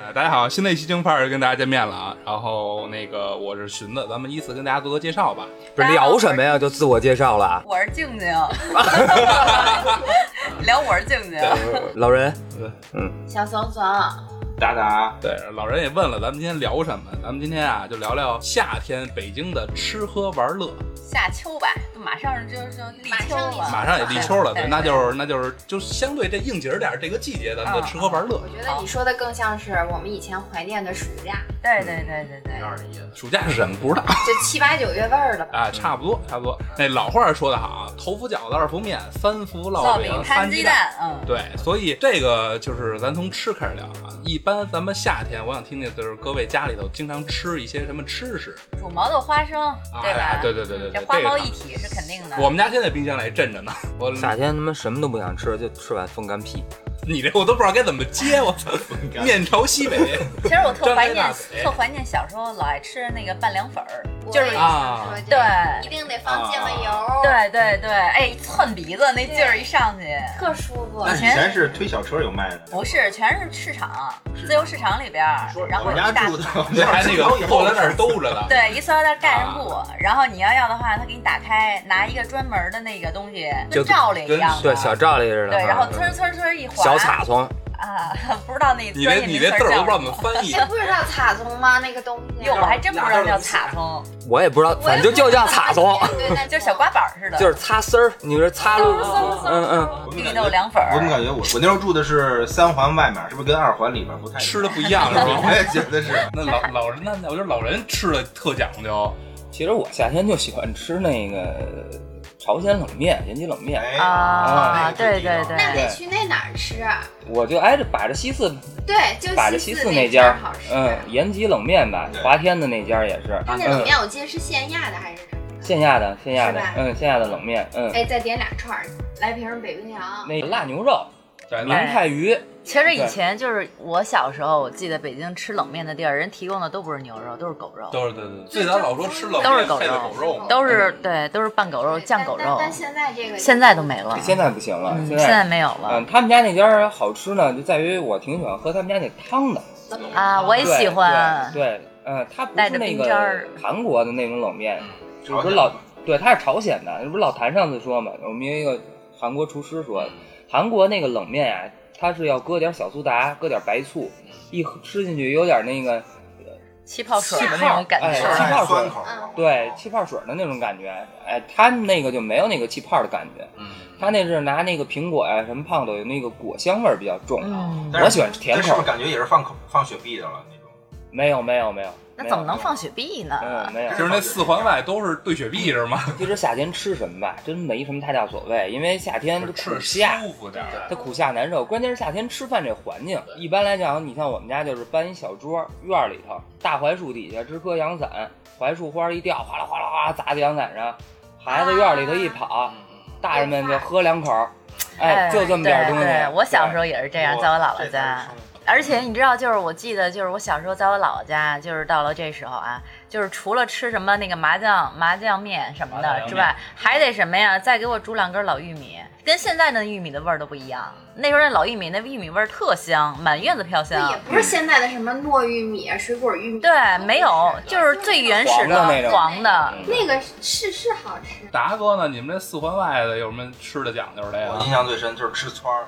呃大家好，新的一期京范儿跟大家见面了啊。然后那个我是寻子，咱们依次跟大家做个介绍吧。不是聊什么呀？就自我介绍了。啊我是静 静，聊我是静静，老人，小怂怂，达达，对，老人也问了，咱们今天聊什么？咱们今天啊，就聊聊夏天北京的吃喝玩乐。夏秋吧，马上就就立秋了，马上也立秋了，对，啊对那就是那就是就相对这应景儿点儿，这个季节咱啊们的吃喝玩乐我。觉得你说的更像是我们以前怀念的暑假，对对对对对，暑假是什么不知道就七八九月份儿了吧。啊，差不多差不多。那老话儿说得好啊，头伏饺子二伏面，三伏烙烙饼饼摊三鸡鸡蛋，嗯，对，所以这个就是咱从吃开始聊啊。一般咱们夏天，我想听听就是各位家里头经常吃一些什么吃食煮毛豆花生，啊？对吧哎？对对对对对，这花猫个一体是肯定的。我们家现在冰箱里还震着呢，我夏天他妈什么都不想吃，就吃碗风干屁。你这我都不知道该怎么接， 我操！面朝西 北其实我特张怀开念大嘴，特怀念小时候老爱吃那个拌凉粉儿，我就是也啊想说这个对一定得放芥末油，，对对对，哎，一窜鼻子那劲儿一上去，特舒服。哎那以前是推小车有卖的，不是，全是市场，自由市场里边儿，然我后一们家大住的，我们这家还那个后在那儿兜着呢。对，一塑料袋盖啊上布，然后你要要的话，他给你打开，拿一个专门的那个东西，就跟罩里一样的，对，小赵里似的。啊对，然后啊嗯呲儿呲儿呲儿一划，小草丛，啊，不知道那你专这业你名这词字儿我都叫不知道什怎么么。翻译 哎，不知道草丛吗？那个东西，哟，我还真不知道叫卡通，我也不知道，反正就就叫草丛，就是小瓜板儿似的，就是擦丝儿，你说擦路，嗯嗯，我怎绿么豆感觉凉粉我怎么儿。感觉我我那时候住的是三环外面，是不是跟二环里面不太一样吃的？不一样是我吧？也觉得是，那老老人那我觉得老人吃的特讲究，其实我夏天就喜欢吃那个朝鲜冷面、延吉冷面，哎，啊，哎对对那对，得去那哪儿吃？啊我就挨着把着西四对，就把着西西四四那家家儿好吃。嗯，延吉冷面吧对，华天的那家也是，他那嗯，冷面我记得是现压的还是什么的？线下的线下的是吧，嗯，线下的冷面，嗯，哎，再点俩串儿，来瓶北冰洋。那个辣牛肉、对明太鱼，其实以前就是我小时候，我记得北京吃冷面的地儿，人提供的都不是牛肉，都是狗肉，都是对对，最早老说吃冷都是面狗配的肉狗肉嘛，都是对，都是拌狗肉、对酱但狗但肉，但现在这个现在啊都没了，现在不行了，嗯现现在在。没有了嗯，他们家那家儿好吃呢，就在于我挺喜欢喝他们家那汤的，怎么样啊，我也对喜欢。对，对嗯，它不带是着那冰渣儿个韩国的那种冷面，这嗯朝不鲜是老对，他是朝鲜的，这不是老谭上次说嘛？我们有一个韩国厨师嗯说，韩国那个冷面啊，它是要搁点小苏打，搁点白醋，嗯一喝吃进去有点那个气泡水气的泡那种感哎觉。气泡水酸口，嗯对气泡水的那种感觉。哎，他那个就没有那个气泡的感觉，嗯嗯他那是拿那个苹果啊呀、什么胖豆有那个果香味儿比较重。啊嗯，但是我喜欢吃甜但是不口是，感觉也是放口放雪碧的了那种？没有没有没有，那怎么没有能放？雪碧呢？嗯，没有。就是那四环外都是兑雪碧是吗？其实夏天吃什么吧，真没什么太大所谓，因为夏天都吃苦着夏，舒服点儿。它苦夏难受。关键是夏天吃饭这环境，一般来讲，你像我们家就是搬一小桌，院儿里头，大槐树底下支棵阳伞，槐树花一掉，哗啦哗啦哗啦砸在阳伞上，孩子院儿里头一哎跑，大人们就喝两口，哎，就这么点儿对东西。对，我小时候候也是这样，在我姥姥家。而且你知道，就是我记得，就是我小时候在我姥姥家，就是到了这时候啊，就是除了吃什么那个麻酱麻酱面什么的之外，还得什么呀？再给我煮两根老玉米，跟现在的玉米的味儿都不一样。那时候那老玉米那玉米味儿特香，满院子飘那也香。不是现在的什么糯玉米、啊水果玉米，啊对，没有，就是最原始的黄的那种黄的，那个是是好吃。达哥呢？你们这四环外的有什么吃的讲究的呀我？印象最深就是吃串儿，啊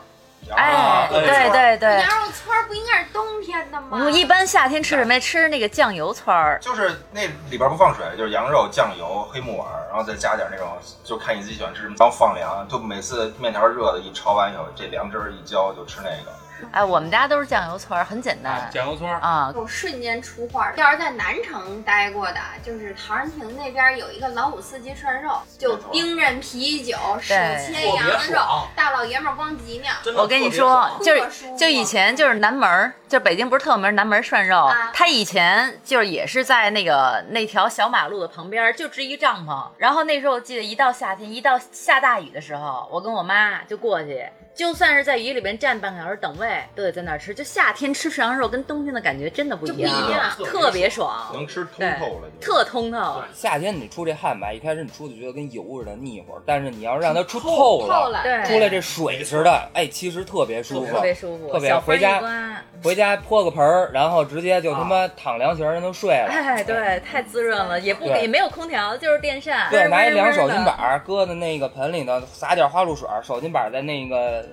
然后哎，对对对对羊。肉串儿不应该是冬天的吗？我一般夏天吃什么呀？吃那个酱油串儿，就是那里边不放水，就是羊肉、酱油、黑木耳，然后再加点那种，就看你自己喜欢吃什么，然后放凉。就每次面条热的一焯完以后，这凉汁儿一浇就吃那个。哎，我们家都是酱油串儿，很简单酱油村儿啊。有瞬间出画。要是在南城待过的，就是陶然亭那边有一个老五四鸡涮肉，就冰镇啤酒、手切羊肉，大老爷们儿光脊梁。我跟你说，就特是殊啊就以前就是南门儿，就北京不是特有名儿南门儿涮肉啊，他以前就是也是在那个那条小马路的旁边儿就支一帐篷，然后那时候我记得一到夏天，一到下大雨的时候，我跟我妈就过去。就算是在雨里边站半个小时等位，都得在那儿吃。就夏天吃涮羊肉跟冬天的感觉真的不一就不一样特别爽，能吃通对透了，就特通透。夏天你出这汗吧，一开始你出去觉得跟油似的腻乎，但是你要让它出透透了，对出来这水似的，哎，其实特别舒服，特别舒服，特别小回分一家刮，回家泼个盆儿，然后直接就他妈躺凉席儿上就睡了。哦哎，对，太滋润了，也不对也没有空调，就是电扇，对，拿一凉凉手巾板儿搁在那个盆里头，撒点花露水儿，手巾板儿在那个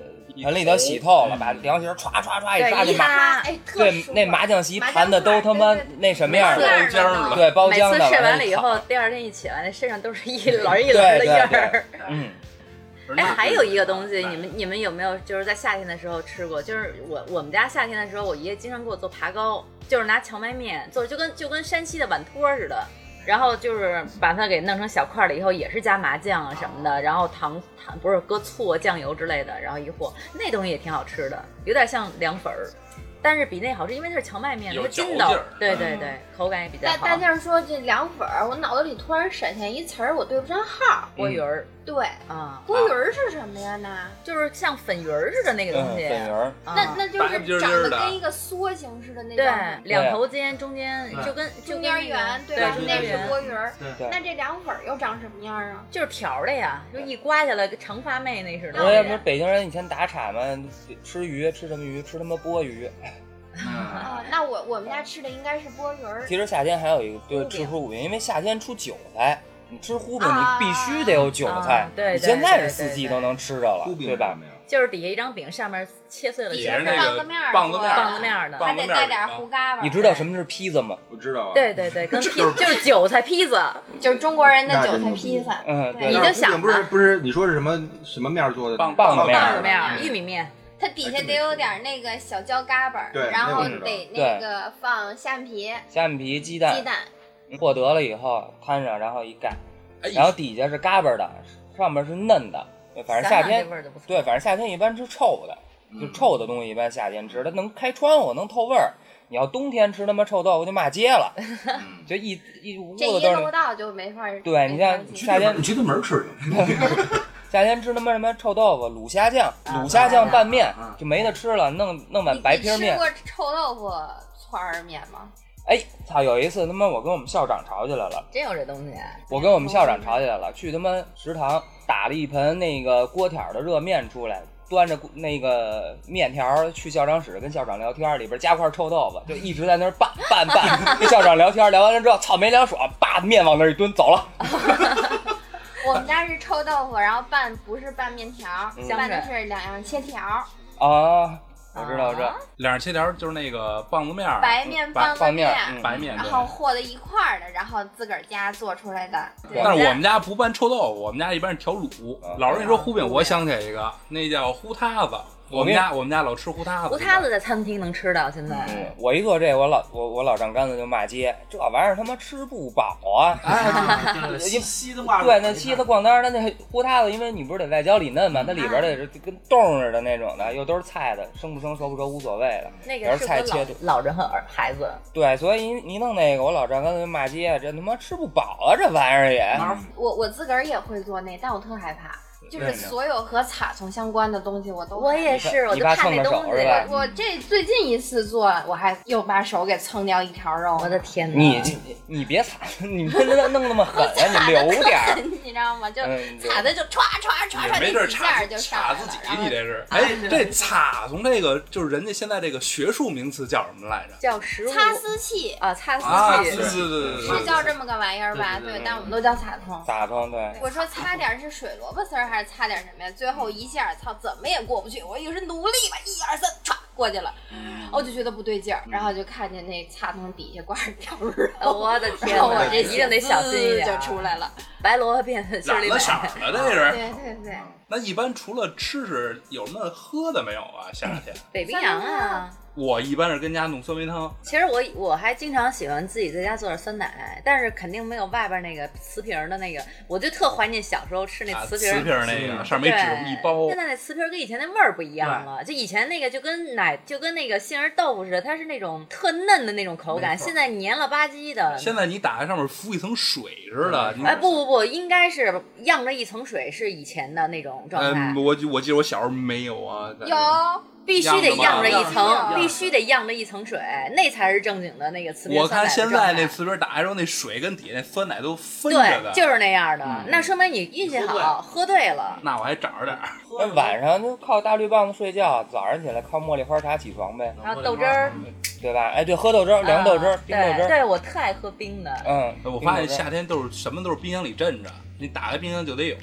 盆里头洗透了，把凉席儿歘歘歘一刷对就一麻，哈，哎，特对舒，服那麻将席麻将盘的都牌他妈对对那什么样儿包的，对对浆儿了，对，包每浆次的。哎睡完了一以躺后，，第二天一起来，那身上都是一轮一轮的印对对儿。嗯，哎，还有一个东嗯西，你们你们有没有就是在夏天的时候吃过？就是我我们家夏天的时候，我爷爷经常给我做爬糕，就是拿荞麦面做，就跟就跟山西的碗托似的。然后就是把它给弄成小块儿了以后，也是加麻酱啊什么的，然后糖糖不是搁醋啊、酱油之类的，然后一和，那东西也挺好吃的，有点像凉粉儿，但是比那好吃，因为它是荞麦面，它有是嚼筋道劲儿，对对对，口感也比较大好。大劲儿说这凉粉儿，我脑子里突然闪现一词儿，我对不上号。锅鱼儿对，啊，锅鱼儿是什么呀？那就是像粉鱼儿似的那个嗯东西，粉圆儿，啊那那就白不是溜长溜得的跟一个梭形似的那对，种，两头尖，中间嗯就跟就中跟间圆，对吧？中那间是圆，锅鱼儿。对那这凉粉儿又长什么样啊？就是条儿的呀，就一刮下来跟长发妹那似的。我也不是北京人，以前打岔嘛，吃鱼吃什么鱼？吃他妈钵鱼。嗯啊，那我我们家吃的应该是钵盂儿。其实夏天还有一个就是吃出五饼，因为夏天出韭菜，你吃糊饼你必须得有韭菜啊。对你对现在对是四对季对都能吃着了，酥饼对吧？没有？就是底下一张饼，上面切碎了也是馅那儿，个棒棒子子面面儿儿，棒子面儿的棒还子得面儿带点儿胡啊嘎啊巴。你知道什么是披萨吗？我知道啊。对对对，跟披就是就是韭菜披萨，就是中国人的韭菜披萨。嗯，对对你那就想不是不是，你说是什么什么面儿啊嗯做的？棒棒子面棒儿子面儿、玉米面，它底下得有点那个小焦嘎巴儿，对然后那个我知道得那个放虾米虾米皮、鸡皮、蛋鸡，蛋，获得了以后摊上，然后一盖，哎然后底下是嘎巴的，上面是嫩的。对反正夏想想天这味儿就不错。对，反正夏天一般吃臭的，嗯就臭的东西一般夏天吃，它能开窗户，能透味儿。你要冬天吃他妈臭豆腐就骂街了，嗯就一一屋这子一都漏是。道就没法儿。对你像没法儿去夏对门天你去对门儿吃 去。夏天吃他妈什么臭豆腐、卤虾酱、卤虾酱拌面啊就没得吃了，弄弄你碗白皮儿你吃面。过臭豆腐串儿面吗？哎，操！有一次他妈我跟我们校长吵起来了，真有这东西，我跟我们校长吵起来了，去他妈食堂打了一盆那个锅挑的热面出来，端着锅那个面条去校长室跟校长聊天，里边加块臭豆腐，就一直在那儿拌拌 拌。跟校长聊天聊完了之后，操没聊爽，叭面往那儿一蹲走了。我们家是臭豆腐，然后拌不是拌面条儿，嗯拌的是两样切条儿，啊，我知道，我知道啊，两着切条就是那个棒子面儿，白面白拌拌了嗯面嗯白面然对后和在一块儿的，然后自个儿家做出来的。对但是我们家不拌臭豆腐，我们家一般是调卤啊。老师跟你说糊饼，我想起来一个，那叫糊塌子。我们家我们家老吃糊塌子。胡塌子在餐厅能吃到，现在嗯，我一做这，我老我我老丈杆子就骂街，这玩意儿他妈吃不饱啊！ 哎，西西的话，对，那稀的咣当儿，那那糊塌子，因为你不是得外焦里嫩嘛，那里边儿得是跟冻似的那种的，又都是菜的，生不生熟不熟无所谓了。那要个是适菜合切的老老人和儿孩子。对，所以你你弄那个，我老丈刚才骂街，啊这他妈吃不饱啊，这玩意儿也。我我自个儿也会做那，但我特害怕，就为是什么所有和擦葱相关的东西我都我害也是，我你就爸怕那蹭着手东是西。吧我这最近一次做，我还又把手给蹭掉一条肉， 我的天哪！你这你别擦， 你弄弄弄那么狠啊，你留点 儿。你知道吗？就嗯擦的就歘歘歘也歘，没事这儿几下插就上来插了。自己，然后你这是？哎，这插从这个就是人家现在这个学术名词叫什么来着？叫食物擦丝器啊，擦啊，丝对器对对对是对，叫这么个玩意儿吧？对对对对，但我们都叫擦葱。咋弄对？我说擦点儿是水萝卜丝儿还是擦点儿什么呀？最后一下，操，怎么也过不去。我以为是努力吧，一二三，歘过去了，我就觉得不对劲儿，然后就看见那擦桶底下挂着条 肉， 我的天然哪！ 后我这一定得小心一点就儿。出来了。白萝卜变成染里了色 白。儿了，这是。对对对，那一般除了吃吃，有什么喝的没有啊？夏天北冰洋啊，我一般是跟家弄酸梅汤，其实我我还经常喜欢自己在家做点酸奶，但是肯定没有外边那个瓷瓶儿的那个，我就特怀念小时候吃那啊瓷瓷瓶儿。瓶儿那个上面对，纸一包现，在那瓷瓶儿跟以前那味儿不一样了，就以前那个就跟奶就跟那个杏仁豆腐似的，它是那种特嫩的那种口感，现在黏了吧唧的。现在你打开上面浮一层水似的。你哎，不不不，应该是漾着一层水，是以前的那种状态。嗯嗯，我记我记得我小时候没有啊，但是有必须得样漾着着一吗层，样必须得漾着一层水，那才是正经的那个瓷瓶我酸奶看的现状态。在那瓷瓶打开之后，那水跟底下那酸奶都分着的，对，就是那样的，那说明你运气好，喝对了。那我还长着点儿，那晚上就靠大绿棒子睡觉，早上起来靠茉莉花茶起床呗，然后豆汁儿，对吧？哎，对，喝豆汁儿，凉豆汁儿啊，冰豆汁对，儿，对我特爱喝冰的。嗯，哎我发现冰豆汁儿夏天都是什么都是冰箱里镇着，你打开冰箱就得有。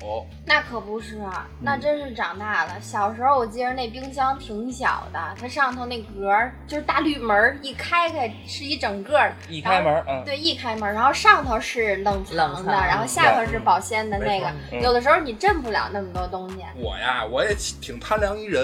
那可不是啊，那真是长大了。小时候我记着那冰箱挺小的，它上头那格儿就是大绿门儿，一开开是一整个儿，一开门，嗯，对，一开门，然后上头是冷冷藏藏的，的然后下头是保鲜的那个。嗯有的时候你镇不了那么多东西，我呀，我也挺贪凉一人，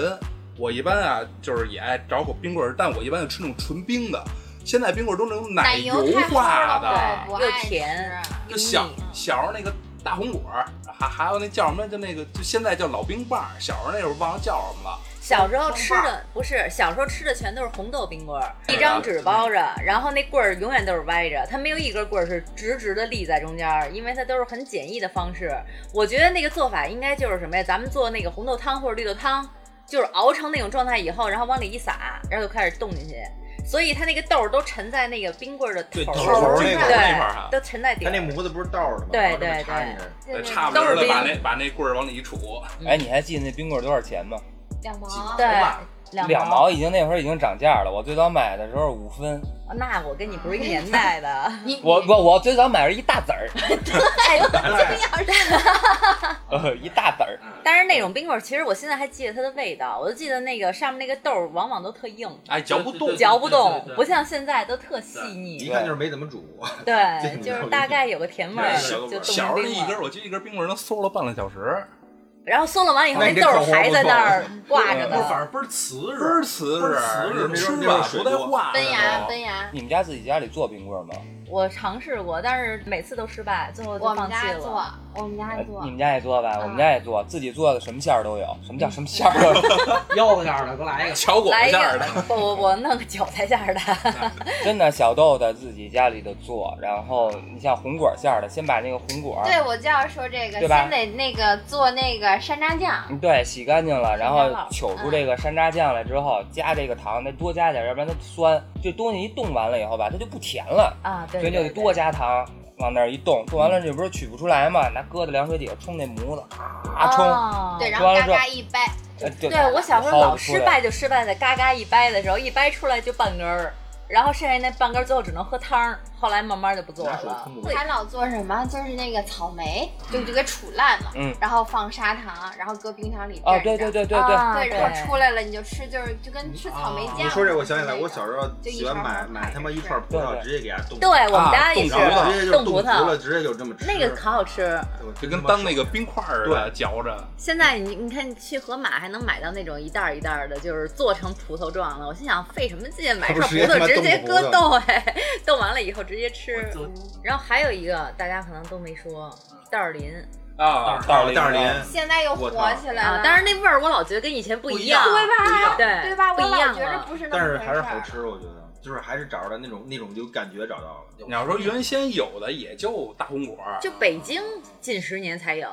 我一般啊就是也爱找口冰棍儿，但我一般就吃那种纯冰的。现在冰棍儿都那种奶油太齁化了，我不又爱甜吃。就小小时候那个大红果儿，还还有那叫什么，就那个就现在叫老冰棒儿，小时候那会儿忘了叫什么了。小时候吃的不是，小时候吃的全都是红豆冰棍儿，一张纸包着，然后那棍儿永远都是歪着，它没有一根棍儿是直直的立在中间儿，因为它都是很简易的方式。我觉得那个做法应该就是什么呀？咱们做那个红豆汤或者绿豆汤，就是熬成那种状态以后，然后往里一撒，然后就开始冻进去。所以它那个豆儿都沉在那个冰棍儿的头对儿头儿那对块儿那块儿哈都沉在底它儿那。模子不是倒着的吗？对然后这么对，对对插进去对差不都多是了，把冰那把那棍儿往里一杵，哎，你还记得那冰棍儿多少钱吗？两毛，对，两毛嗯已经那会儿已经涨价了。我最早买的时候五分，那我跟你不是一年代的。你我我我最早买是一大子儿，哎呃，一大子儿，但是那种冰棍儿，其实我现在还记得它的味道，我就记得那个上面那个豆儿往往都特硬，哎，嚼不动对。嚼不动对对，对不像现在都特细一腻。看就是没怎么煮。对，对就是大概有个甜味儿小就冻小时成候冰一根儿，了。我记得一根儿冰棍儿能馊了半个小时，然后松了完以后，那那你这豆儿口活还不在错那儿挂着对反呢。正倍儿瓷倍儿实，瓷倍实儿瓷实，你吃那种吧水不带多化的分牙都。分牙，你们家自己家里做冰棍儿吗？我尝试过，但是每次都失败，最后就我放们弃家了。做，我们家哎做你。们家也做吧？我们啊家也做，自己做的什么馅儿都有。什么叫什么馅儿都有？ 腰子馅儿的，给 我来一个。巧果来子一馅儿个的，，我我我弄个韭菜馅儿的，真的，小豆的自己家里的做，然后你像红果馅儿的，先把那个红果儿，对，我就要说这个，对吧先得那个做那个山楂酱，嗯对，洗干净了，然嗯山楂后酪瞅出这个山楂酱来之后，加这个糖，再多加点儿，要不然它酸。这东西一冻完了以后吧，它就不甜了，啊，对所以对你就得对，多加糖。往那儿一冻，冻完了这不是取不出来嘛？拿疙瘩凉水底下冲那模子，啊冲，哦对，然说后完了嘎之后嘎一掰，呃对对我小时候薅老不出失来败，就失败在嘎嘎一掰的时候，一掰出来就半根儿，然后剩下那半根儿最后只能喝汤儿，后来慢慢就不做拿手了冲。不他老做什么？就是那个草莓，就就给杵烂了，嗯然后放砂糖，然后搁冰箱里哦，镇对着对对对对，啊对，对然后出来了你就吃，就是就跟吃草莓啊酱似的。嗯你说这我想起来，我小候时候就一喜欢勺买儿买他妈吃一串葡萄，对直接给它冻，对，我们家也是然后直接就冻啊冻葡糊了，萄，直接就这么吃。那个可好吃。我就真他跟妈当受那个冰块儿似的对嚼着。现在你你看，你去盒马还能买到那种一袋儿一袋儿的，就是做成葡萄状的。我心想，费什么劲买串葡还萄，不直接直接他妈搁冻豆哎，冻完了以后直接吃。就然后还有一个大家可能都没说，袋儿林啊，道理袋儿一林样，现在又火我操起来啊了，，但是那味儿我老觉得跟以前不一样，对吧？对对吧？我不一样老觉着了不是那么但是回还是事好儿。吃，我觉得，就是还是找着了那种那种就感觉找到了。你要说原先有的也就大红果儿，就北京近十年才有。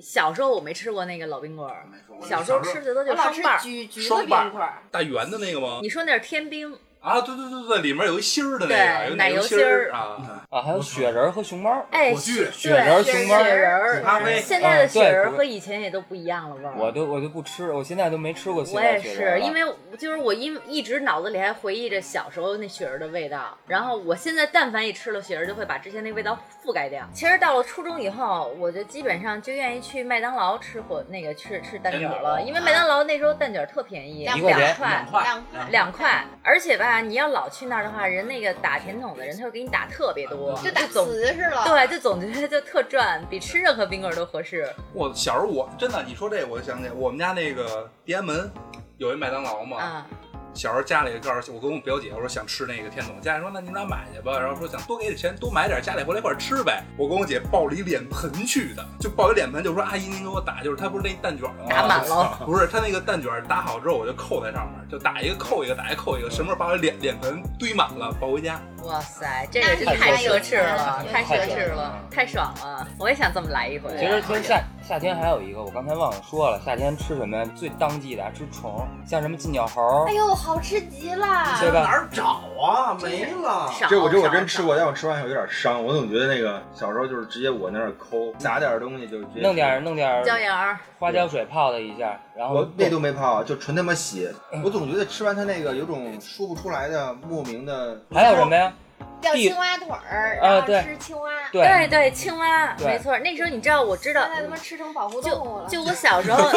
小时候我没吃过那个老冰棍儿，小时候吃的都我就老双吃瓣儿。橘橘子双冰瓣儿棍儿，大圆的那个吗？你说那是天冰，啊，对对对对，里面有一芯儿的那个，对有奶油油芯儿儿啊，啊，还有雪人儿和熊猫儿。哎，火炬对雪人儿熊猫儿雪人儿咖啡现在的嗯雪人儿对和以前也都不一样了味儿。我都我就不吃，我现在都没吃过现我在啊也雪人儿了是，因为就是我一一直脑子里还回忆着小时候那雪人的味道，然后我现在但凡一吃了雪人，就会把之前那味道覆盖掉。其实到了初中以后，我就基本上就愿意去麦当劳吃火那个吃吃蛋卷了，因为麦当劳那时候蛋卷特便宜，一块钱块两。块，两块两块，而且吧，你要老去那儿的话，人那个打甜筒的人，他会给你打特别多，就打总瓷实了。对，就总觉得就特赚，比吃任何冰棍儿都合适。我小时候我真的，你说这我就想起来我们家那个地安门有一麦当劳嘛，啊，小时候家里告诉我跟我表姐，我说想吃那个天总，家里说那你俩买去吧，然后说想多给点钱多买点，家里回来一块儿吃呗。我跟我姐抱了一脸盆去的，就抱一脸盆，就说阿姨您给我打，就是她不是那蛋卷吗？打满了。不是，她那个蛋卷打好之后，我就扣在上面，就打一个扣一个，打一个扣一个，什么时候把我脸脸盆堆满了抱回家。哇塞，这也是太奢侈了，太奢侈了，太爽了！我也想这么来一回。啊其实其实夏夏天还有一个，我刚才忘了说了，夏天吃什么呀？最当季的啊吃虫，像什么金角猴哎，呦，好吃极了！对哪吧？儿找啊？没了。少这我这我真少吃过，但我吃完以后有点伤，我总觉得那个小时候就是直接我那儿抠，撒点东西就直接弄点弄点椒盐儿，花椒水泡它一下，然后我那都没泡，啊就纯他妈洗。我总觉得吃完它那个有种说不出来的莫名的，还有什么呀？钓地青蛙腿儿，呃啊然后对吃青蛙，对对对，青蛙，对没错。那时候你知道，我知道现，在他妈吃成保护动物就了。就我小时候，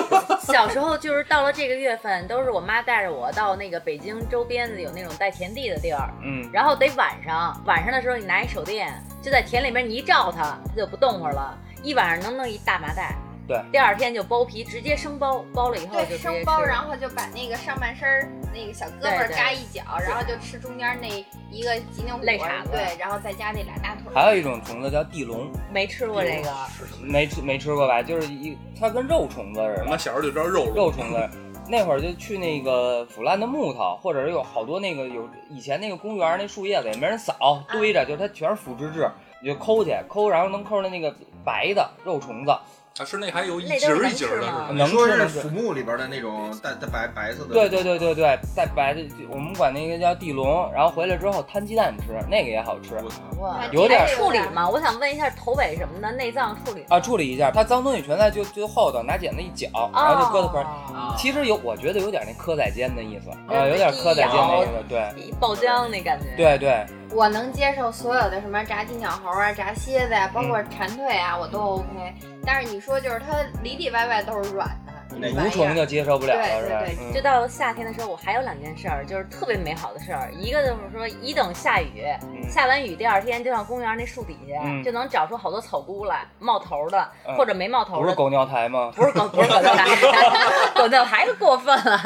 小时候就是到了这个月份，都是我妈带着我到那个北京周边的有那种带田地的地儿，嗯，然后得晚上，晚上的时候你拿一手电，就在田里面你一照它，它就不动会儿了，一晚上能弄一大麻袋。对，第二天就剥皮，直接生剥，剥了以后就对，直接生包，吃然后就把那个上半身儿那个小胳对膊对嘎一角，然后就吃中间那一个脊梁骨，肋叉子对，然后再加那俩大腿儿。还有一种虫子叫地龙，没吃过这个，哎没吃没吃过吧？就是一它跟肉虫子似我的，们小时候就知道肉肉虫子。那会儿就去那个腐烂的木头，或者是有好多那个有以前那个公园那树叶子也没人扫，堆着，就是它全是腐殖质，你就抠去抠，然后能抠着那个白的肉虫子，啊，是那还有一那节都是儿一能节吃儿的是吗吧，你能说吃是能吃腐木里边的那种带带白白色的，对对对对对，带白的，我们管那个叫地龙，然后回来之后摊鸡蛋吃，那个也好吃我操哇有点还处理吗？我想问一下头尾什么的，内脏处理吗啊，处理一下，它脏东西全在就最后头，拿剪子一搅，然后就搁在盆儿。哦其实有，我觉得有点那磕仔煎的意思，有啊，有点磕仔煎那咬意思，对爆浆那感觉。，对对，我能接受所有的什么炸金角猴啊、炸蝎子呀、包括蝉蜕啊，我都 OK。但是你说就是它里里外外都是软的，那无虫就接受不了了，对是吧对？嗯就到夏天的时候，我还有两件事儿，就是特别美好的事儿。一个就是说，一等下雨，嗯下完雨第二天就上公园那树底下，嗯就能找出好多草菇来，冒头的、嗯或者没冒头不的是。狗尿苔吗？不是狗，不是狗尿苔，狗尿苔过分了。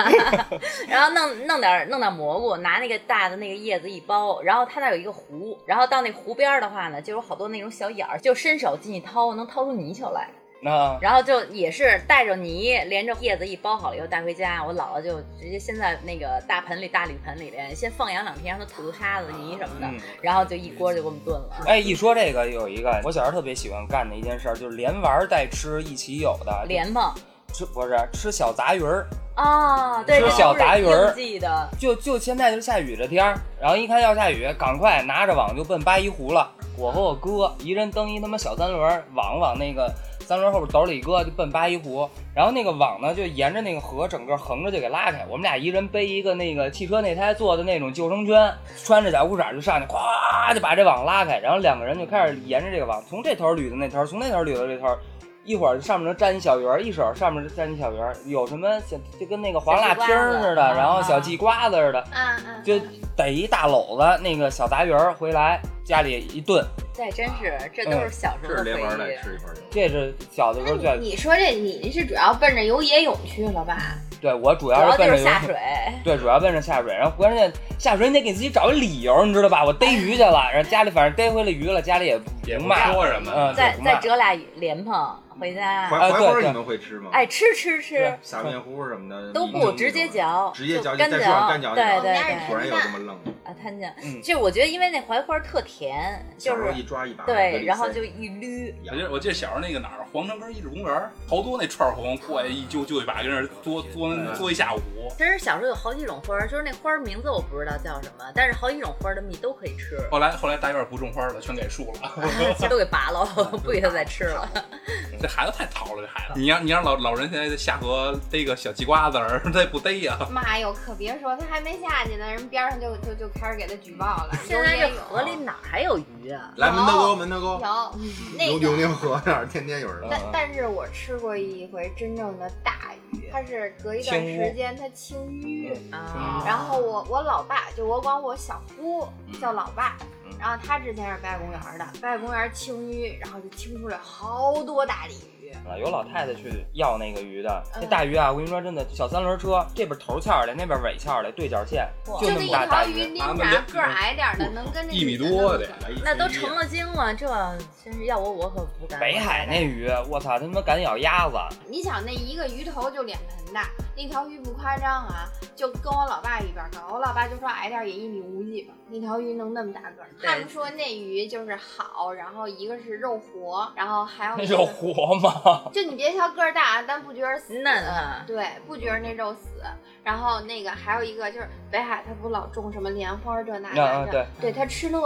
然后弄弄点儿弄点儿蘑菇，拿那个大的那个叶子一包，然后它那儿有一个湖，然后到那湖边儿的话呢，就有好多那种小眼儿，就伸手进去掏，能掏出泥鳅来。那然后就也是带着泥，连着叶子一包好了以后带回家。我姥姥就直接先在那个大盆里、大铝盆里边先放养两天，让它吐吐沙子、泥什么的，嗯然后就一锅就给我们炖了。哎，一说这个有一个我小时候特别喜欢干的一件事儿，就是连玩儿带吃一起有的，莲蓬吃不是吃小杂鱼儿，啊，对，吃这小杂鱼儿都是应季的，就就现在就下雨这天儿，然后一看要下雨，赶快拿着网就奔八一湖了。我和我哥一人蹬一他妈小三轮儿，网往那个三轮后边斗里一搁，就奔八一湖。然后那个网呢，就沿着那个河整个横着就给拉开。我们俩一人背一个那个汽车内胎做的那种救生圈，穿着小裤衩就上去，咵就把这网拉开。然后两个人就开始沿着这个网，从这头捋到那头，从那头捋到这头。一会儿上面能粘一小鱼儿，一手上面粘一小鱼儿，有什么小就跟那个黄辣小地瓜片儿似的，子然后小啊地瓜子似的，啊啊！就逮一大篓子那个小杂鱼儿回来，家里一炖。对，真是这都是小时这候嗯的是连玩回带忆。吃一块儿有。这是小的时那候最爱你你说这您是主要奔着游野泳去了吧？对我主主要要是就奔着是游下泳水，对，主要奔着下水，然后关键下水你得给自己找一理由，你知道吧？我逮鱼去了，然后家里反正逮回来鱼了，家里也也不不骂，说什么。嗯，再对不再骂。折俩莲蓬回家，槐啊槐对花对你们会吃吗？哎，，吃吃吃对撒面糊什么的都你不们直接嚼，嗯直接嚼就干再说嚼上干嚼，对我们家是对果对然有这么愣的，啊，摊酱。嗯就我觉得，因为那槐花特甜，就小时候是一抓一把，嘴对，里然后塞就一捋，我记得我记得小时候那个哪儿，皇城根遗址公园儿，好多那串儿红过来一揪揪一把，跟那儿嘬嗯嘬嘬一下午。真是小时候有好几种花儿，就是那花儿名字我不知道叫什么，但是好几种花儿的蜜都可以吃，哦后来后来大院儿不种花了，全给树了。 其实都给拔了， 不给它再吃了。这孩子太淘了，这孩子。你让你让老老人现在下河逮个小鸡瓜子儿， 他也不逮呀。妈哟，可别说，他还没下去呢，人边上就就就开始给他举报了。现在这游野泳河里嗯哪还有鱼啊？来门头沟有门头沟，有那永个永定河那儿天天有人。但但是我吃过一回真正的大鱼，它是隔一段青乌时间它清淤，嗯啊，然后我我老爸就我管我小姑叫老爸，然后他之前是北海公园的，北海公园清淤，然后就清出来好多大鲤鱼，啊，有老太太去要那个鱼的，那嗯大鱼啊，我跟你说真的，小三轮车这边头翘的，那边尾翘的，对角线，哇就那就这么一大条大鱼鱼。拎他着们个儿矮点儿的能跟那一米女的多弄得死那都成了精了，这真是要我我可不敢。哎北海那鱼，我操，他妈敢咬鸭子！你想那一个鱼头就脸盆大，那条鱼不夸张啊，就跟我老爸一边高，我老爸就说矮点儿也一米五几吧，那条鱼能那么大个儿。对他们说那鱼就是好，然后一个是肉活，然后还有那一 肉个活吗？就你别瞧个儿大，啊但不觉得死嫩啊对，不觉得那肉死。然后那个还有一个就是北海，他不老种什么莲花儿这那啊那的，对他吃那个，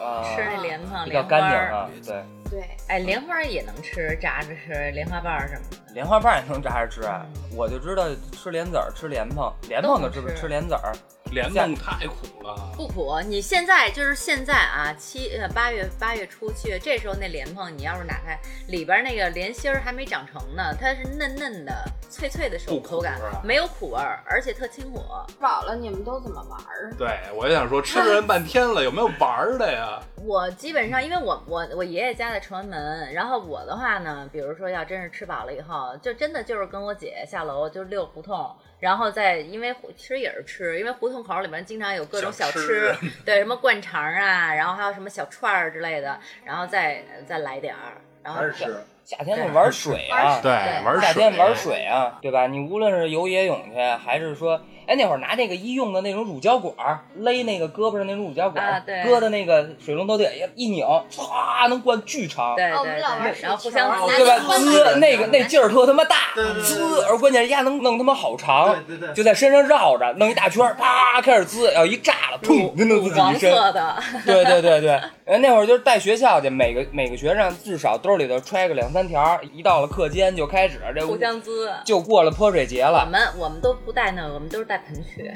啊，吃那莲蓬比较莲干花净儿，啊，对，对，哎，莲花儿也能吃，炸着吃，莲花瓣儿什么的。莲花瓣也能炸着吃，啊我就知道吃莲子儿、吃莲蓬，莲蓬都吃不嗯都能吃吃莲子儿，莲蓬太苦了，不苦，你现在就是现在啊，七呃八月八月初七月这时候那莲蓬，你要是打开里边那个莲心儿还没长成呢，它是嫩嫩的、脆脆的手不苦口感是吧，没有苦味儿，而且特清火。饱了你们都怎么玩儿？对我就想说，吃人半天了，有没有玩儿的呀？我基本上因为我我我爷爷家在崇文门，然后我的话呢，比如说要真是吃饱了以后，就真的就是跟我姐下楼就溜胡同，然后再因为胡其实也是吃，因为胡同口里面经常有各种小小吃，吃 对什么灌肠啊，然后还有什么小串儿之类的，然后再再来点儿，然后还是吃。夏天都玩水啊，对对玩夏天水，玩水啊，对吧？你无论是游野泳去，还是说，哎，那会儿拿那个医用的那种乳胶管儿勒那个胳膊上那种乳胶管儿，啊对搁到那个水龙头底下一拧，唰能灌巨长，对哦我们对老玩对，水然后互球相儿拿对吧？那滋就，那个那劲儿特他妈大对对，对滋，而关键人家能弄他妈好长，对对对就在身上绕着，弄一大圈儿，啪开始滋，要一炸了，砰，就弄自己黄一身。色的，哎对对对对，呃，那会儿就是带学校去，每个每个学生至少兜里头揣个两三条儿，一到了课间就开始这互相滋。啊就过了泼水节我了。们我们都不带那个，我们都是带盆去。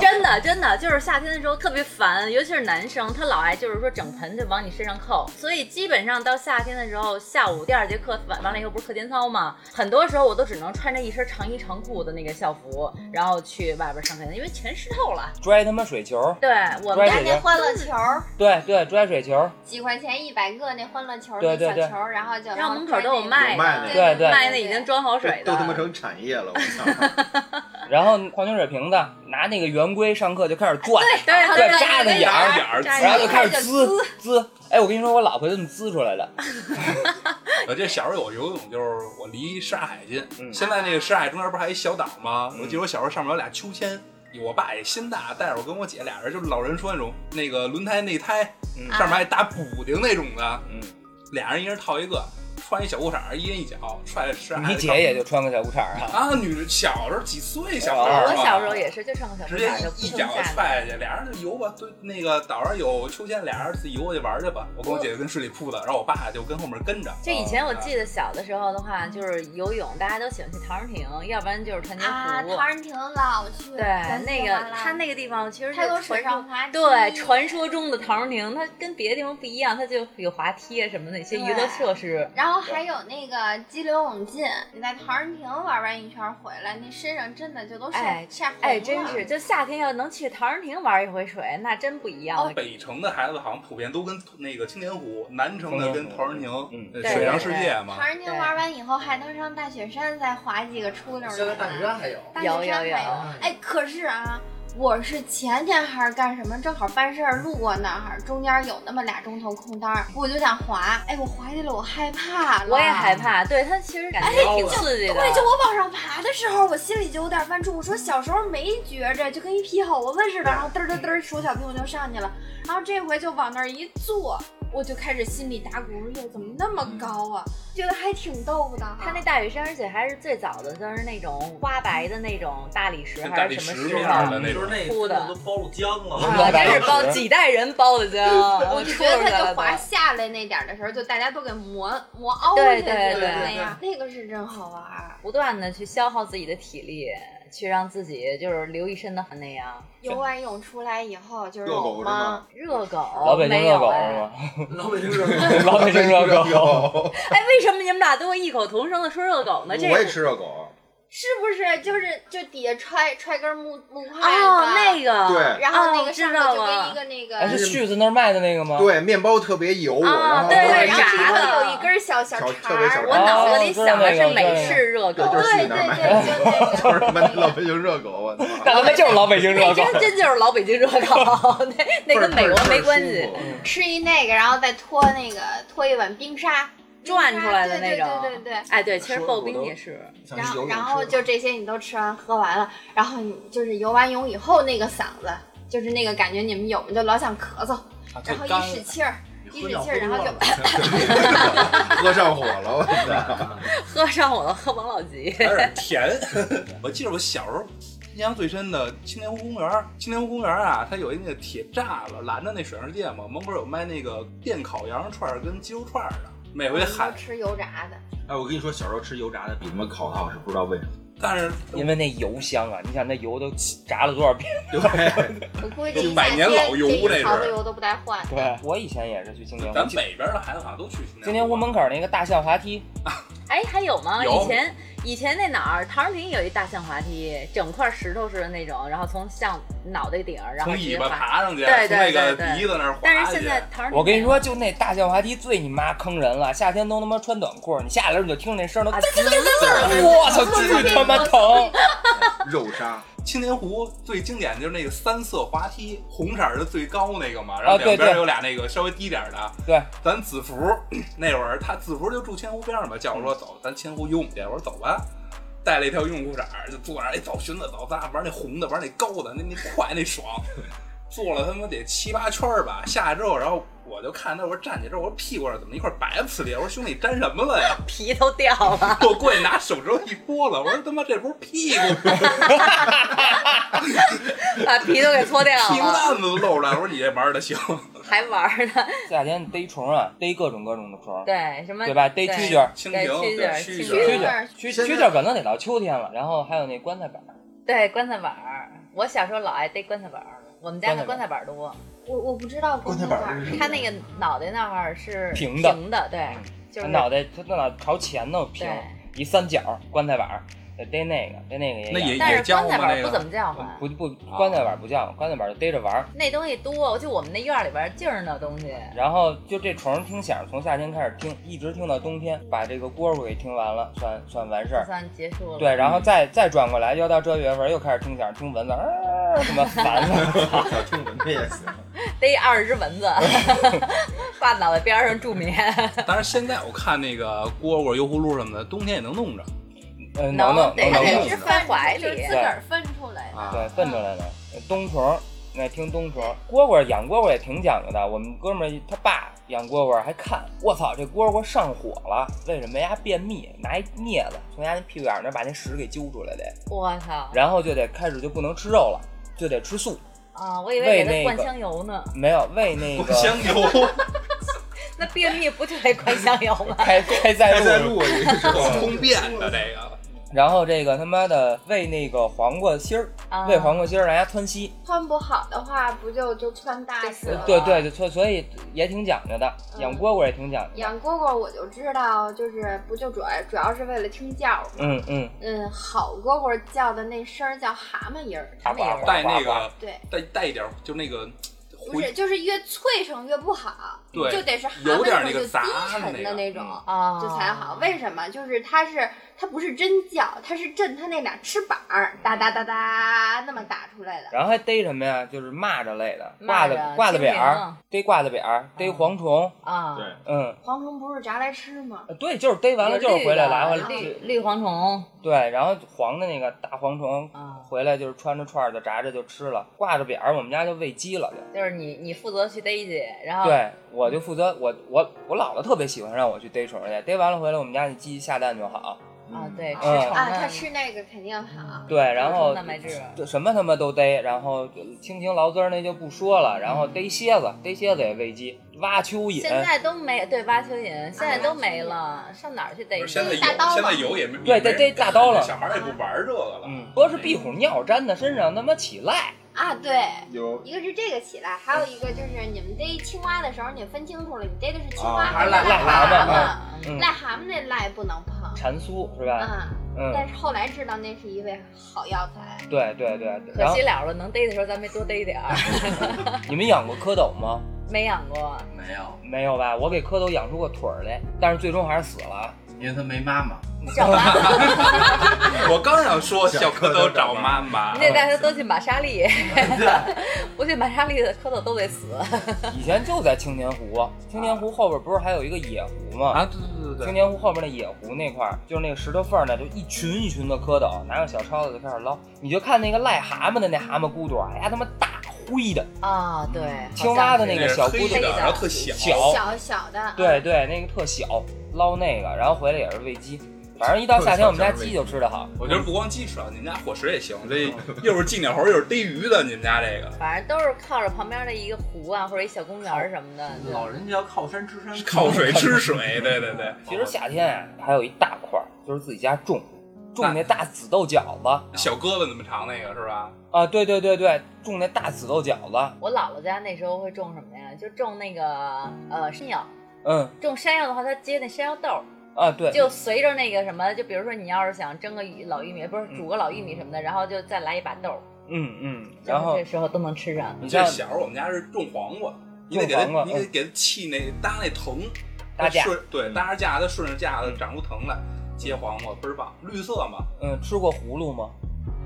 真的真的，就是夏天的时候特别烦，尤其是男生，他老爱就是说整盆就往你身上扣，所以基本上到夏天的时候，下午第二节课完完了以后不是课间操吗？很多时候我都只能穿着一身长衣长裤的那个校服，然后去外边上课，因为全湿透了。拽他妈水球，对我抓们紧家看那欢乐球儿，对对，拽水球，几块钱一百个那欢乐球儿，对那对小对球儿，然后就然后门口都有卖有卖的，那个对对卖那已经装好这水的，都他妈成产 业了，我操！然后矿泉水瓶子拿那个圆规上课就开始转，对哎对对扎的眼儿扎对着然后就眼开儿始滋滋。哎，我跟你说，我老婆就这么滋出来的。我记得小时候有游泳，就是我离什刹海近，嗯现在那个什刹海中间不是还有一小岛吗？嗯我记得我小时候上面有俩秋千。我爸也心大，带着我跟我姐俩人，就是老人说那种那个轮胎内胎，嗯上面还打补丁那种的，嗯，俩人一人套一个，穿一小裤衩儿，一人一脚，踹着十二。你姐也就穿个小裤衩儿啊。啊，女小时候几岁，小哦孩儿我嘛小时候也是，就上个小裤直接衩就一一扑脚通下去。踹下去，俩人就游吧。对，那个岛上有秋千，俩人自己游过去玩去吧。我跟我姐跟水里扑的，然后我爸就跟后面跟着。就以前我记得小的时候的话，就是游泳，大家都喜欢去陶然亭，要不然就是团结湖。啊，陶然亭老去，对，那个它那个地方其实它有是水传上说，滑梯，对，传说中的陶然亭，它跟别的地方不一样，它就有滑梯啊什么的一些娱乐设施。然后还有那个激流勇进，你在陶然亭玩完一圈回来，那身上真的就都晒哎晒红了。哎，真是，就夏天要能去陶然亭玩一回水，那真不一样了。北城的孩子好像普遍都跟那个青年湖，南城的跟陶然亭嗯，呃对水上世界嘛陶。然亭玩完以后还能上大雪山再滑几个出溜儿。现在大雪山还有，大雪山还有有有哎，可是啊，我是前天还是干什么，正好办事儿路过那儿，中间有那么俩钟头空档儿，我就想滑，哎，我滑去了，我害怕了，我也害。怕，对它其实感觉挺刺激的。对，就我往上爬的时候，我心里就有点犯怵。我说小时候没觉着，就跟一皮猴子似的，然后嘚儿嘚儿嘚儿手脚并用就上去了。然后这回就往那儿一坐，我就开始心里打鼓，哟，怎么那么高啊？觉得还挺逗的。它那大屿山，而且还是最早的，就是那种花白的那种大理石跟大还理是什石么面石儿头的。那就种是，那铺的都包入浆嗯了。啊，开始包几代人包的 浆，我就觉得他就滑下来那点儿的时候，就大家都给磨磨凹下对去对了对那样，那个是真好玩儿。不断的去消耗自己的体力，去让自己就是流一身的汗那样。游完泳出来以后就是热狗有是吗吗？热狗老北京没热有狗哎是吗？老北京热狗，老北京热狗，啊狗，哎，为什么你们俩都会异口同声的说热狗呢？这我也吃热狗，是不是就是就底下揣揣根木木筷子？哦，那个对然后那哦个知上道头就跟了一个那哎，个是旭子那儿卖的那个吗？对，面包特别油，然后啊对对，然炸后是一的哦个有一根小小小肠特别儿小，我肠儿脑子里想的是美式 热狗对，，就是对对去那儿买对，的，就那个。就是他妈老北京热狗，我操，那他妈就是老北京热那狗。真真就是老北京热狗， 那那跟美国没关系。倍儿舒服吃一那个，然后再拖那个拖一碗冰沙，转出来的那对种。对对对对哎，对，其实说得刨我冰都也是，像然嗯游后泳然后池就这些你都吃完喝完了，然后你就是游完泳以后那个嗓子，就是那个感觉你们有吗？就老想咳嗽，啊然后对干一使气儿，一使喝上气儿，然后就火 喝上火了，我操！喝上我的喝王老吉。 有点甜。 我记得我小时候印象最深的青年湖公园儿，青年湖公园儿啊，它有一那个铁栅栏拦着那水上店嘛，门口有卖那个电烤羊肉串儿跟鸡肉串儿的，每 回都嗯喊，吃油炸的。哎，我跟你说，小时候吃油炸的比他妈烤的好吃，不知道为什么。但是嗯因为那油香啊，你想那油都炸了多少遍？对，我估计这一百夏年天老油这那一槽是的油都不带换。对，我以前也是去青年咱湖，北边的孩子好像都去青年湖门口那个大象滑梯，哎，还有吗？有以前以前那哪儿，唐人坪有一大象滑梯，整块石头似的那种，然后从象脑袋顶儿，然从后尾直巴接滑。爬上去，对对从那个对对鼻子那儿滑但是下去现在唐人，我跟你说，，就那大象滑梯最你妈坑人了，夏天都他妈穿短裤，你下来了你就听着那声儿都，啊我操，巨他妈疼！肉渣，青年湖最经典的就是那个三色滑梯，红色儿的最高那个嘛，然后啊两对边对有俩那个稍微低点儿的。对，咱子福那会儿，他子福就住千湖边上嘛，叫嗯我说走，咱千湖游泳去。我说走吧，带了一条游泳裤衩儿，就坐那儿，哎，走，寻思走，咱俩玩那红的，玩那高的，那那快那 爽。坐了他妈得七八圈儿吧，下来之后，然后我就看他，我说站起来之后，我说屁股上怎么一块白呲裂？我说兄弟，你沾什么了呀？ 皮都掉 了。我过去拿手指头一拨了，我说他妈这不是屁股吗把啊皮都给搓掉 屁股了，蛋子都露出来，我说你这玩的行，还玩儿呢。 夏天逮虫啊，逮各种各种的虫，对，什么对吧？逮蛐蛐儿。蜻对蜓蛐蛐儿对蛐儿蛐蛐蛐儿蛐蛐蛐蛐可能得到秋天了，然后还有那棺材板儿，对棺材板儿。我小时候老爱逮棺材板儿，我们家的棺棺材板儿多。我我不知道棺材材板儿是什么它那个脑袋那儿是平的平的，对，就他是脑袋他那脑朝前头平对，一三角棺材板儿，得逮那个逮那个也那养也但是叫棺材吗板那儿个不怎么叫唤。不不棺材板儿不叫，棺材板儿就逮着玩儿。那东西多，就我们那院儿里边儿净是那东西。然后就这虫儿听响，从夏天开始听，一直听到冬天，把这个蝈蝈给听完了，算算完事就儿。算结束了。对，然后再再转过来，又到这月份，又开始听响，听蚊子，啊，他妈烦了。小听闻的也 行。逮二十只 蚊子，挂脑袋边儿上助眠。但是现在我看那个蝈蝈、油葫芦什么的，冬天也能弄着。嗯，能弄得能它弄得弄是。放怀里就是自个儿分出来的。啊对，粪出来的。呃冬虫，那听冬虫，蝈蝈养蝈蝈也挺讲究的。我们哥们儿他爸养蝈蝈还看，我操，这蝈蝈上火了，为什么呀？便秘，拿一镊子从家那屁股眼儿那儿把那屎给揪出来的，我操！然后就得开始就不能吃肉了，就得吃素。啊，我以为喂给它那灌个香油呢。没有喂那我个香 油，那便秘不就得灌香油吗？开开塞开塞露，露啊也是 通便的这个。然后这个他妈的喂那个黄瓜芯儿，啊， 喂黄瓜芯儿让人家窜稀。穿不好的话，不就就穿大就事死了？对对，所所以也挺讲究的，嗯养蝈蝈也挺讲究的。养蝈蝈我就知道，就是不就主要主要是为了听叫嘛。嗯嗯，嗯，好蝈蝈叫的那声儿叫蛤蟆音儿，呱呱呱带那呱呱个对，带带一点儿，就那个不是回就是越脆声越不好，对就得是蛤有点那蟆那个种就杂低的沉那个嗯的那种。啊，这才好。为什么？就是它是它不是真叫，它是震它那俩翅膀儿哒哒哒哒那么打出来的。然后还逮什么呀？就是蚂蚱类的，蚂挂蚱的挂的扁蜻蜓嗯儿啊，逮挂的扁儿，逮蝗虫，啊？对，嗯，蝗虫不是炸来吃吗？呃对，就是逮完了有就是绿回来的来回绿来，绿蝗虫对，然后黄的那个大蝗虫啊，回来就是穿着串儿的炸着就吃了，挂着扁儿我们家就喂鸡了就。就是你你负责去逮去，然后对，我就负责我我我姥姥特别喜欢让我去逮虫去，逮完了回来我们家那鸡下蛋就好，啊对，吃嗯虫啊，它的吃那个肯定好。对，然补充后蛋白质这什么他妈都逮，然后就蜻蜓、劳滋儿那就不说了，然后逮蝎子，逮蝎子也喂鸡，挖蚯蚓，现在都没对挖蚯蚓，现在都没了，上哪儿去逮不去？是现在有大刀嘛现在有也没对对对大刀了小孩儿也不玩这个了。嗯，不是壁虎尿粘的身上他妈起赖，啊，对，有一个是这个起来，还有一个就是你们逮青蛙的时候，你分清楚了，你逮的是青蛙啊哦还是还癞是癞蛤蛤蟆蟆。嗯癞，蛤蟆那癞不能碰。蟾酥是吧？啊，但嗯，是后来知道那是一味好药材。对对对，可然后惜了了，能逮的时候咱没多逮点 儿，你们养过蝌蚪吗？没养过。没有，没有吧？我给蝌蚪养出过腿儿来，但是最终还是死了啊。因为他没妈妈。找妈 妈，我刚想说小蝌蚪找妈妈你，得带它多去玛莎 丽，不去玛莎丽的蝌蚪都得死。以前就在青年湖，青年湖后边不是还有一个野湖吗？啊，对对对对对青年湖后边那野湖那块儿，就是那个石头缝儿呢，就一群一群的蝌蚪，拿个小抄子就开始捞。你就看那个癞蛤蟆的那蛤蟆骨朵，哎呀他妈大灰的，啊，对，青蛙的对，那个小黑骨的，朵，然后特小，小小小的，啊对对，那个特小，捞那个，然后回来也是喂鸡。反正一到夏天，我们家鸡就吃的好。我觉得不光鸡嗯吃啊，你们家伙食也行。这又是寄鸟猴，又是逮鱼的，你们家这个反正都是靠着旁边的一个湖啊，或者一小公园儿什么的。嗯对老人家靠山吃山， 靠水吃水，对对对。其实夏天啊，还有一大块儿，就是自己家种，种那大紫豆角子小胳膊那么长那个是吧？啊，对对对对，种那大紫豆角子，我姥姥家那时候会种什么呀？就种那个呃山药，嗯种山药的话，它接那山药豆儿，啊 对，就随着那个什么，就比如说你要是想蒸个玉老玉米，不是煮个老玉米什么的，然后就再来一把豆儿，嗯嗯，然后这时候都能吃上。你这像小时候我们家是种黄瓜，你得给种它，黄瓜你得给它砌那搭那藤，搭架顺对，嗯搭着架它顺着架子长出藤来，接黄瓜倍儿棒，绿色嘛。嗯吃过葫芦吗？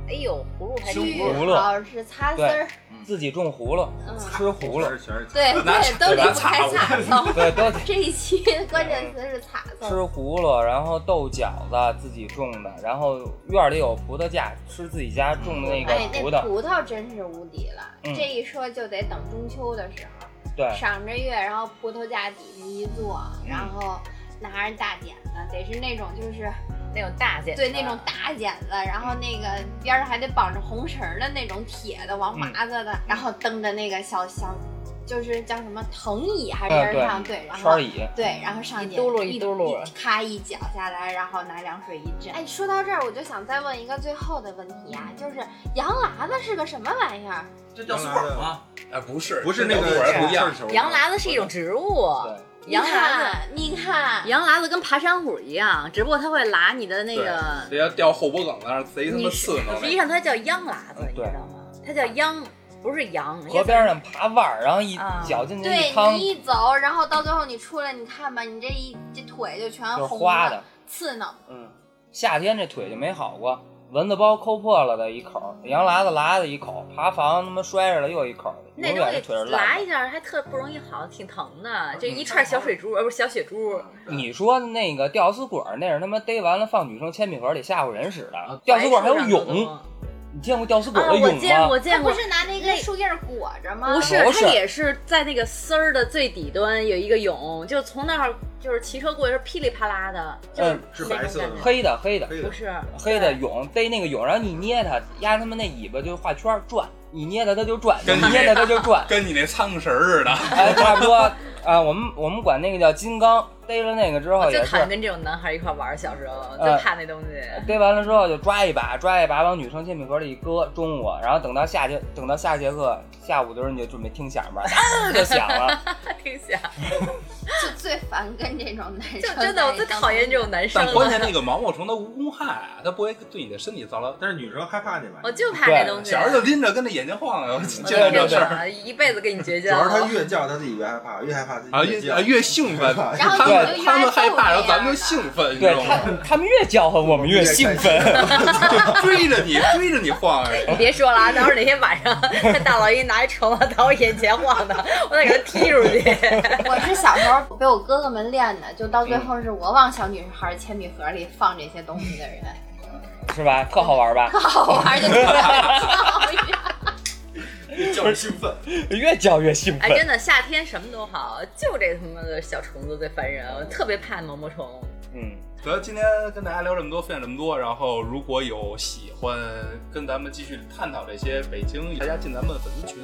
哎呦，葫芦还巨真葫芦是好吃，擦丝儿，自己种葫芦，嗯吃葫芦，全是对拿对，都离拿不叉开子擦丝。对，都这一期 关键词是擦吃丝，葫芦，然后豆角子自己种的，然后院里有葡萄架，吃自己家种的那个哎，那葡萄，葡萄真是无敌了，嗯这一说就得等中秋的时候。对，嗯赏着月，然后葡萄架底下一坐，然后拿着大剪子，得是那种就是那种大件，对那种大剪子，然后那个边上还得绑着红绳儿的那种铁的嗯王麻子的，然后蹬着那个小小就是叫什么藤椅还是嗯边儿上、对，然后圈椅，对，然后上去一嘟噜一嘟噜一咔一搅下来，然后拿凉水一浸。哎，说到这儿，我就想再问一个最后的问题啊，就是羊喇子是个什么玩意儿？这叫松本吗？哎，不是，不是这那小果儿个不一样。球，羊喇子是一种植物，你羊喇子看，你看，羊喇子跟爬山虎一样，只不过它会拉你的那对个，这要掉后脖梗子那儿贼他你妈是刺挠实际那。上它叫秧喇子，嗯你知对道吗？它叫秧，不是羊。河边上爬腕儿，然后一啊搅进去一对汤，你一走，然后到最后你出来，你看吧，你这一这腿就全就是红花的的，刺挠。嗯，夏天这腿就没好过，蚊子包抠破了的一口，羊喇子拉的一口，爬房他妈摔着了又一口，那永东远这腿是西烂嗯拉的一。下还特不容易好，挺疼的，就一串小水珠，呃，不是小血珠。你说那个吊死鬼儿那是他妈逮完了放女生铅笔盒里吓唬人使的，吊死鬼儿还有蛹，啊，你见过吊死鬼儿的我蛹见吗？我它见不过，是拿那个那树叶裹着吗？不是，不是它也是在那个丝儿的最底端有一个蛹，就从那儿就是骑车过去是噼里啪啦的，就是嗯是白色的吗黑的黑的黑不的，是黑的蛹逮那个蛹，然后你捏它，压他妈那尾巴就画圈儿转，你捏它它就转，跟你你捏它它就转，跟你那苍蝇绳儿似的，哎，差不多啊、我们我们管那个叫金刚，逮了那个之后我也就是讨厌跟这种男孩一块玩儿，小时候呃就怕那东西。 逮完了之后就抓一把，抓一把往女生铅笔盒里一搁，中午，然后等到下节等到下节课下午的时候你就准备听响吧，啊 就响了。挺想，就最烦跟这种男生。就真的我最讨厌这。种男生但关键了，那个毛毛虫它无公害啊，它不会对你的身体造成。但是女生害怕那玩意我儿，就怕这东西。小时候就拎着跟那眼睛晃悠，我见的到天这事儿哪，一辈子跟你绝主交要。是 她越叫她自己越害怕，越害怕自己啊，越越叫啊。越兴奋，然后他你们就越他们爱害揍怕，这然后咱们样就的兴奋，你知对道他吗？他们越叫唤我们越兴奋。追着 你，追着你晃哎悠。你别说了啊，等会儿哪天晚上大老鹰拿一绳子到我眼前晃的，我得给他踢出去。我是小时候被我哥哥们练的，就到最后是我往小女孩铅笔盒里放这些东西的人，是吧？特好玩 吧？好玩就特好笑。叫人兴奋，越叫越兴哎，奋。真的，夏天什么都好，就这他妈的小虫子最烦人，我特别怕毛毛虫。嗯，主要今天跟大家聊这么多，分享这么多，然后如果有喜欢跟咱们继续探讨这些北京，大家进咱们粉丝群，